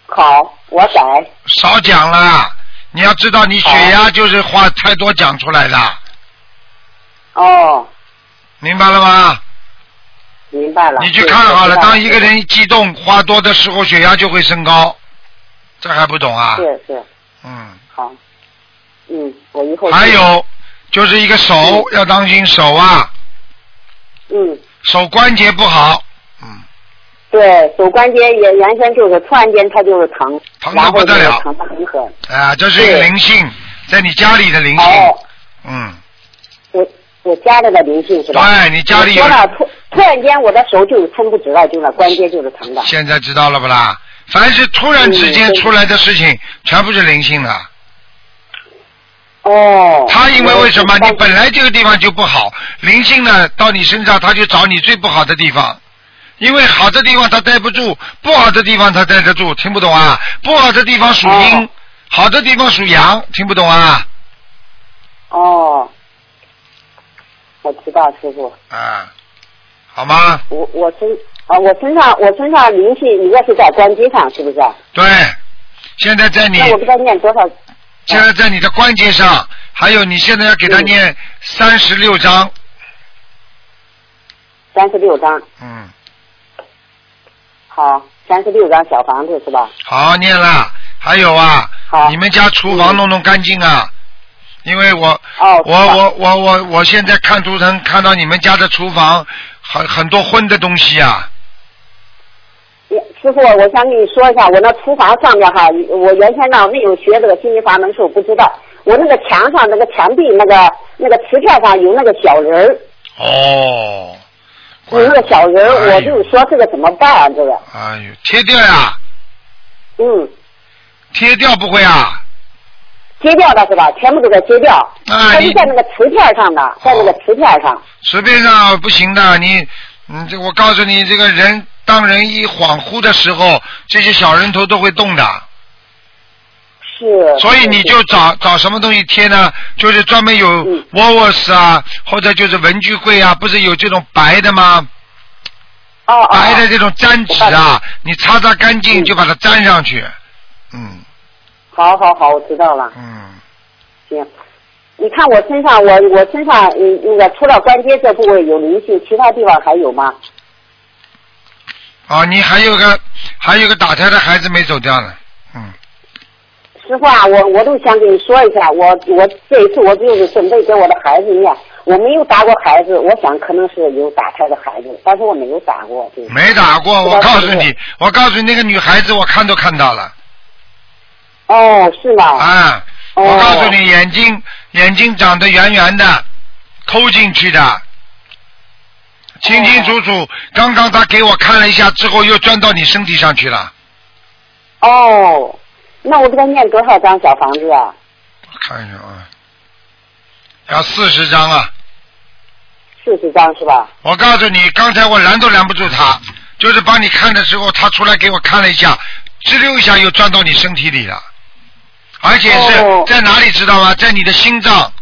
Speaker 4: 好，我改。
Speaker 1: 少讲了。啊你要知道，你血压就是话太多讲出来的，
Speaker 4: 哦，
Speaker 1: 明白了吗？
Speaker 4: 明白了。
Speaker 1: 你去看好了，
Speaker 4: 对
Speaker 1: 当一个人一激动话多的时候，血压就会升高，这还不懂啊？
Speaker 4: 是是
Speaker 1: 嗯。
Speaker 4: 好，嗯，我以后
Speaker 1: 还有就是一个手要当心手啊，
Speaker 4: 嗯。
Speaker 1: 手关节不好，嗯，
Speaker 4: 对，手关节也原先就是突然间它就是疼，
Speaker 1: 疼得
Speaker 4: 然后
Speaker 1: 不
Speaker 4: 就
Speaker 1: 得了
Speaker 4: 疼得很狠。
Speaker 1: 啊，这是一个
Speaker 4: 对
Speaker 1: 灵性，在你家里的灵性，
Speaker 4: 哦，
Speaker 1: 嗯，
Speaker 4: 我我家里的灵性是吧？
Speaker 1: 对你家里有
Speaker 4: 我说了，突突然间我的手就是撑不直了，就是关节就是疼的。
Speaker 1: 现在知道了不啦？凡是突然之间
Speaker 4: 嗯对
Speaker 1: 出来的事情，全部是灵性的。
Speaker 4: 哦。
Speaker 1: 他因为为什么？
Speaker 4: 我
Speaker 1: 你本来这个地方就不好，灵性呢到你身上，他就找你最不好的地方。因为好的地方他待不住，不好的地方他待得住，听不懂啊？不好的地方属阴，
Speaker 4: 哦
Speaker 1: 好的地方属阳，听不懂啊？
Speaker 4: 哦，我知道师傅，
Speaker 1: 啊，好吗？
Speaker 4: 我我身啊，我身上我身上灵性一个是在关节上，是不是？
Speaker 1: 对，现在在你
Speaker 4: 那我给他念多少？
Speaker 1: 现在在你的关节上，还有你现在要给
Speaker 4: 嗯
Speaker 1: 他念三十六章，
Speaker 4: 三十六张，
Speaker 1: 嗯，
Speaker 4: 好，三十六张小房子是吧？
Speaker 1: 好念了。还有啊，
Speaker 4: 好
Speaker 1: 你们家厨房弄弄干净啊，因为我
Speaker 4: 哦，
Speaker 1: 我我我我我现在看图腾看到你们家的厨房很很多荤的东西啊，
Speaker 4: 师傅，我想跟你说一下，我那厨房上面哈，我原先呢没有学这个心灵法门的时候不知道，我那个墙上那个墙壁那个那个瓷片上有那个小人儿，
Speaker 1: 哦，
Speaker 4: 有那个小人儿，
Speaker 1: 哎
Speaker 4: 我
Speaker 1: 呦
Speaker 4: 就说这个怎么办、啊？这个，
Speaker 1: 哎呦，贴掉呀、
Speaker 4: 嗯，
Speaker 1: 贴掉不会啊？
Speaker 4: 揭掉的是吧？全部都给揭掉，
Speaker 1: 啊
Speaker 4: 它
Speaker 1: 你
Speaker 4: 就在那个瓷片上的，在那个瓷片上。
Speaker 1: 随便上不行的，你，你这我告诉你，这个人当人一恍惚的时候，这些小人头都会动的，
Speaker 4: 是，
Speaker 1: 所以你就找找什么东西贴呢？就是专门有
Speaker 4: 嗯
Speaker 1: w a l l s 啊，或者就是文具柜啊，不是有这种白的吗？
Speaker 4: 哦哦，
Speaker 1: 白的这种粘纸
Speaker 4: 我
Speaker 1: 啊，你擦擦干净
Speaker 4: 嗯
Speaker 1: 就把它粘上去。嗯
Speaker 4: 好好好，我知道了。
Speaker 1: 嗯，
Speaker 4: 行，你看我身上，我我身上，嗯，那个除了关节这部位有灵性，其他地方还有吗？
Speaker 1: 啊，你还有个还有个打胎的孩子没走掉呢。嗯，
Speaker 4: 实话，我我都想跟你说一下，我我这一次我就是准备给我的孩子念，我没有打过孩子，我想可能是有打胎的孩子，但是我没有打过，就是
Speaker 1: 没打过，我
Speaker 4: 不知道
Speaker 1: 告
Speaker 4: 是
Speaker 1: 诉
Speaker 4: 不是
Speaker 1: 你，我告诉你，那个女孩子我看都看到了。
Speaker 4: 哦，是吗？
Speaker 1: 啊，
Speaker 4: 哦
Speaker 1: 我告诉你，眼睛眼睛长得圆圆的，抠进去的，清清楚楚。刚刚他给我看了一下之后，又钻到你身体上去了。
Speaker 4: 哦，那我给他念多少张小房子啊？
Speaker 1: 我看一下啊，要四十张啊！
Speaker 4: 四十张是吧？
Speaker 1: 我告诉你，刚才我拦都拦不住他，就是帮你看的时候，他出来给我看了一下，吱溜一下又钻到你身体里了，而且是
Speaker 4: 哦
Speaker 1: 在哪里知道吗？在你的心脏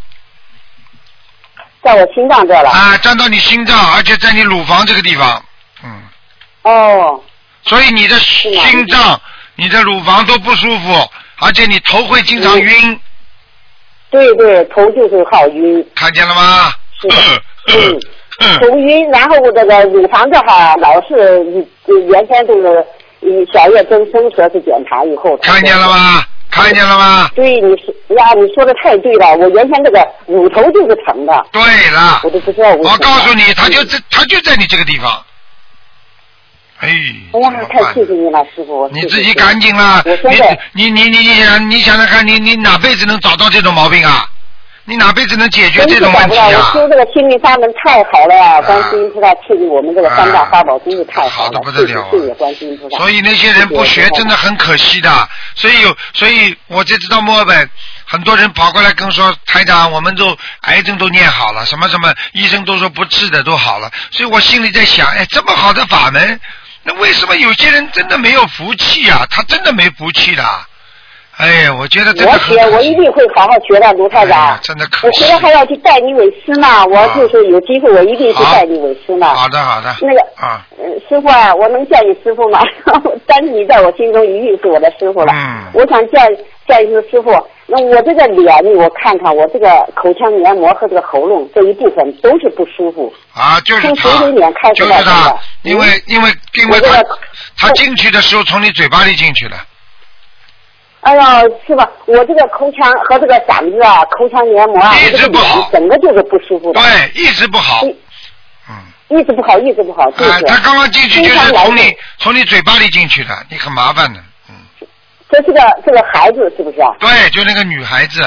Speaker 4: 在我心脏这儿了。
Speaker 1: 啊，钻到你心脏，而且在你乳房这个地方，嗯。
Speaker 4: 哦，
Speaker 1: 所以你的
Speaker 4: 吗
Speaker 1: 心脏、你的乳房都不舒服，而且你头会经
Speaker 4: 嗯
Speaker 1: 常晕，
Speaker 4: 对对，头就是好晕，
Speaker 1: 看见了吗？
Speaker 4: 是的嗯
Speaker 1: <laughs> 嗯
Speaker 4: 头晕，然后我这个乳房这哈老是原先都是嗯小月增生，说是检查以后。
Speaker 1: 看见了？吗？看见了吗？
Speaker 4: 对，你说呀，你说的太对了。我原先这个乳头就是疼的，
Speaker 1: 对了
Speaker 4: 我，都不知道为什么。
Speaker 1: 我告诉你，他就
Speaker 4: 嗯
Speaker 1: 在他就在你这个地方。哎，
Speaker 4: 哎
Speaker 1: 怎
Speaker 4: 呀
Speaker 1: 么，办
Speaker 4: 太谢谢你了，师傅。
Speaker 1: 你
Speaker 4: 谢谢
Speaker 1: 自己赶紧啦
Speaker 4: 我！现在
Speaker 1: 你你你你你想你想想看，你你哪辈子能找到这种毛病啊？你哪辈子能解决
Speaker 4: 真
Speaker 1: 这
Speaker 4: 是
Speaker 1: 种
Speaker 4: 找
Speaker 1: 问
Speaker 4: 不
Speaker 1: 题
Speaker 4: 到，我
Speaker 1: 啊？
Speaker 4: 修这个心灵法门太好了呀！
Speaker 1: 啊
Speaker 4: 观世音菩萨赐给我们这个三大法宝真是太
Speaker 1: 好的
Speaker 4: 了，
Speaker 1: 不得
Speaker 4: 谢谢
Speaker 1: 了啊
Speaker 4: 谢谢观世音菩萨。
Speaker 1: 所以那些人不
Speaker 4: 谢
Speaker 1: 学
Speaker 4: 谢
Speaker 1: 真的很可惜的。所以有，所以我就知道墨尔本很多人跑过来跟说，台长，我们都癌症都念好了，什么什么医生都说不治的都好了。所以我心里在想，哎，这么好的法门。那为什么有些人真的没有福气呀、他真的没福气的。哎，我觉得真的
Speaker 4: 我
Speaker 1: 很
Speaker 4: 学，我
Speaker 1: 可惜
Speaker 4: 一定会好好学的，卢太
Speaker 1: 哎呀
Speaker 4: 长。
Speaker 1: 真的可
Speaker 4: 我
Speaker 1: 惜
Speaker 4: 回。来还要去拜你为师呢，我就是有机会，我一定去
Speaker 1: 好
Speaker 4: 拜你为师呢。
Speaker 1: 啊好的，好的。
Speaker 4: 那个
Speaker 1: 啊，
Speaker 4: 嗯，师傅啊，我能叫你师傅吗？ <laughs> 但是你在我心中一定是我的师傅了。
Speaker 1: 嗯
Speaker 4: 我想叫叫一声师傅，那我这个脸，我看看我这个口腔黏膜和这个喉咙这一部分都是不舒服。
Speaker 1: 啊，就是
Speaker 4: 从
Speaker 1: 他
Speaker 4: 九九年开，始
Speaker 1: 就是
Speaker 4: 到现
Speaker 1: 他
Speaker 4: 在，
Speaker 1: 因为因为因为
Speaker 4: 嗯我这
Speaker 1: 他
Speaker 4: 个
Speaker 1: 他进去的时候从你嘴巴里进去的，
Speaker 4: 哎呀，是吧？我这个口腔和这个嗓子啊，口腔黏膜啊，
Speaker 1: 一
Speaker 4: 我
Speaker 1: 直
Speaker 4: 这
Speaker 1: 不
Speaker 4: 个
Speaker 1: 好
Speaker 4: 脸整个就是不舒服的，
Speaker 1: 对，一直不好。
Speaker 4: 嗯
Speaker 1: 嗯，
Speaker 4: 一直不好，一直不好，就是。
Speaker 1: 哎，他刚刚进去就
Speaker 4: 经常
Speaker 1: 是
Speaker 4: 来
Speaker 1: 从你
Speaker 4: 的
Speaker 1: 从你嘴巴里进去的，你很麻烦的。嗯，
Speaker 4: 这是个这个孩子是不
Speaker 1: <laughs>
Speaker 4: 是啊？
Speaker 1: 对，就那个女孩子，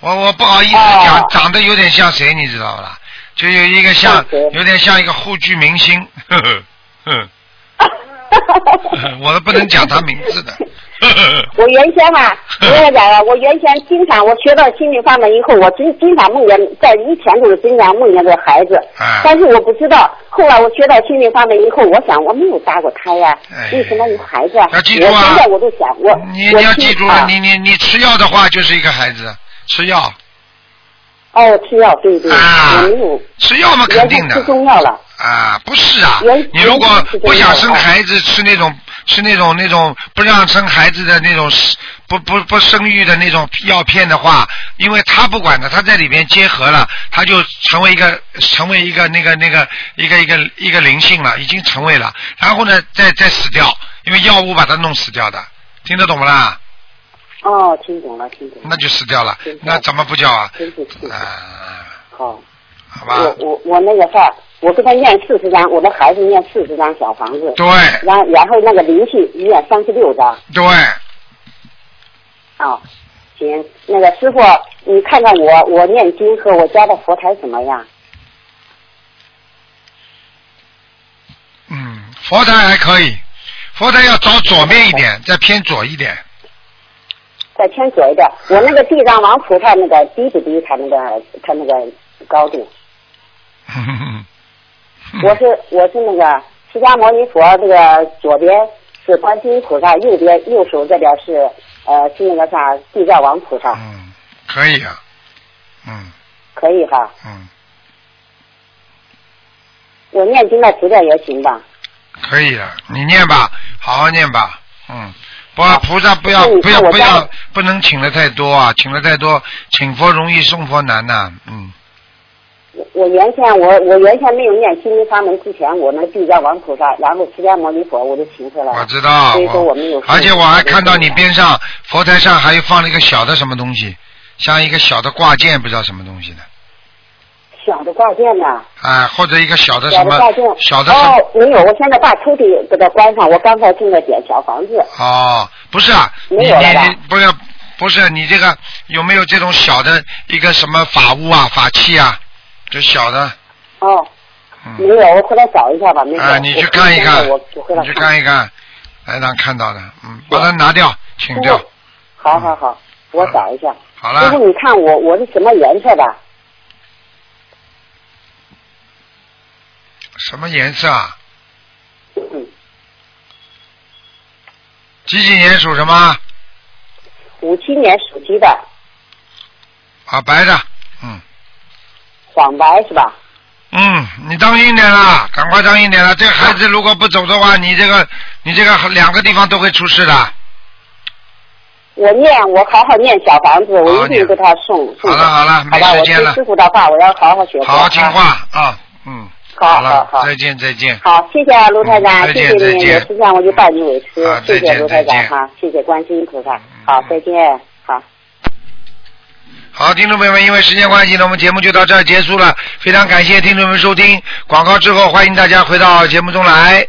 Speaker 1: 我我不好意思讲，
Speaker 4: 哦
Speaker 1: 长得有点像谁，你知道吧？就有一个像
Speaker 4: 像谁
Speaker 1: 有点像一个沪剧明星，呵呵，嗯，
Speaker 4: <laughs>
Speaker 1: 我都不能讲她名字的，呵呵，
Speaker 4: 我原先
Speaker 1: <laughs>
Speaker 4: 啊，我也讲了，我原先经常我学到心灵法门以后，我经经常梦见，在以前就是经常梦见这个孩子，
Speaker 1: 哎
Speaker 4: 但是我不知道，后来我学到心灵法门以后，我想我没有打过胎呀、
Speaker 1: 哎
Speaker 4: 为什么有孩子啊？
Speaker 1: 要记住啊
Speaker 4: 我现在我都想，我
Speaker 1: 你
Speaker 4: 我
Speaker 1: 你要
Speaker 4: 听
Speaker 1: 记住
Speaker 4: 啊
Speaker 1: 了，你你你吃药的话就是一个孩子，吃药
Speaker 4: 哦，吃药对对，
Speaker 1: 啊
Speaker 4: 我没有，
Speaker 1: 吃药嘛肯
Speaker 4: 原
Speaker 1: 定
Speaker 4: 先
Speaker 1: 的
Speaker 4: 吃中药了，
Speaker 1: 啊，不是啊
Speaker 4: 原，
Speaker 1: 你如果
Speaker 4: 原先是
Speaker 1: 不
Speaker 4: 这样
Speaker 1: 想
Speaker 4: 的
Speaker 1: 生孩子，吃那种吃那种那种不让生孩子的那种不不不生育的那种药片的话，因为他不管的，他在里面结合了，他就成为一个成为一个那个那个一个一个一个灵性了，已经成为了，然后呢再再死掉，因为药物把它弄死掉的，听得懂不啦？
Speaker 4: 哦，听懂了听懂了，
Speaker 1: 那就死掉了
Speaker 4: 听，懂
Speaker 1: 那怎么不叫啊？
Speaker 4: 真是是
Speaker 1: 啊，
Speaker 4: 好。
Speaker 1: 好吧，
Speaker 4: 我我我那个啥，我给他念四十张，我的孩子念四十张小房子，
Speaker 1: 对
Speaker 4: 然后然后那个灵性念三十六张
Speaker 1: 对，
Speaker 4: 啊、行，那个师傅，你看看我我念经和我家的佛台怎么样？
Speaker 1: 嗯，佛台还可以，佛台要找左面一点，再偏左一点。
Speaker 4: 再偏左一点，我那个地藏王菩萨那个低不低？他那个他那个高度？
Speaker 1: 嗯
Speaker 4: 我是我是那个释迦牟尼佛，这个左边是观世音菩萨，右边右手这边是呃是那个啥地藏王菩萨，
Speaker 1: 嗯，可以啊，嗯
Speaker 4: 可以哈。
Speaker 1: 嗯，
Speaker 4: 我念经的质量也行吧？
Speaker 1: 可以啊，你念吧，好好念吧，嗯。不，菩萨不要
Speaker 4: 那你
Speaker 1: 不要
Speaker 4: 看我
Speaker 1: 不要
Speaker 4: 家，
Speaker 1: 不能请的太多啊！请的太多，请佛容易送佛难呐、嗯，
Speaker 4: 我我原先我我原先没有念心灵法门之前，我那地藏王菩萨，然后释迦牟尼佛，我就请出来了。
Speaker 1: 我知道。
Speaker 4: 所以说我没有
Speaker 1: 而且我还看到你
Speaker 4: 变。
Speaker 1: 边上佛台上还放了一个小的什么东西，像一个小的挂件，不知道什么东西的。
Speaker 4: 小的挂件呢，
Speaker 1: 啊，或者一个小的什
Speaker 4: 小
Speaker 1: 么
Speaker 4: 的挂件，
Speaker 1: 小的什么
Speaker 4: 哦，没有，我现在把抽屉给它关上，我刚才进了点小房子，
Speaker 1: 哦，不是啊，你
Speaker 4: 没有了吧
Speaker 1: 你不是不是你这个有没有这种小的一个什么法物啊法器啊，就小的，
Speaker 4: 哦，没
Speaker 1: 嗯，
Speaker 4: 有，我回来找一下吧，没有。
Speaker 1: 啊，你去看一看，
Speaker 4: 我我回来
Speaker 1: 你去看一看，台长看到的，嗯，把它拿掉，请掉，
Speaker 4: 好好好，我找一下。
Speaker 1: 嗯好
Speaker 4: 师
Speaker 1: 了，
Speaker 4: 傅，你看我我是什么颜色的？
Speaker 1: 什么颜色啊？
Speaker 4: 嗯，
Speaker 1: 几几年属什么？
Speaker 4: 五七年属鸡的，
Speaker 1: 啊，白的，嗯
Speaker 4: 黄白是吧？
Speaker 1: 嗯，你当心点啦，赶快当心点啦，这个孩子如果不走的话，你这个你这个两个地方都会出事的。
Speaker 4: 我念，我好好念小房子，我一定给他送送
Speaker 1: 好
Speaker 4: 的。
Speaker 1: 了好了，没
Speaker 4: 好吧，
Speaker 1: 时
Speaker 4: 我
Speaker 1: 间
Speaker 4: 听
Speaker 1: 了
Speaker 4: 师，傅的话，我要好好学习。
Speaker 1: 好好听。话啊，嗯，
Speaker 4: 好
Speaker 1: 了
Speaker 4: 好，好
Speaker 1: 再见再见，
Speaker 4: 好，谢谢啊，卢台
Speaker 1: 嗯
Speaker 4: 长，
Speaker 1: 再
Speaker 4: 谢
Speaker 1: 见
Speaker 4: 谢
Speaker 1: 再
Speaker 4: 您，
Speaker 1: 见
Speaker 4: 有时间我就拜你为师
Speaker 1: 啊，
Speaker 4: 谢
Speaker 1: 再
Speaker 4: 谢
Speaker 1: 见
Speaker 4: 卢台长
Speaker 1: 再见嗯
Speaker 4: 哈，谢谢观世音菩萨，好，再见，好。
Speaker 1: 好，听众朋友们，因为时间关系呢，我们节目就到这儿结束了，非常感谢听众们收听，广告之后欢迎大家回到节目中来。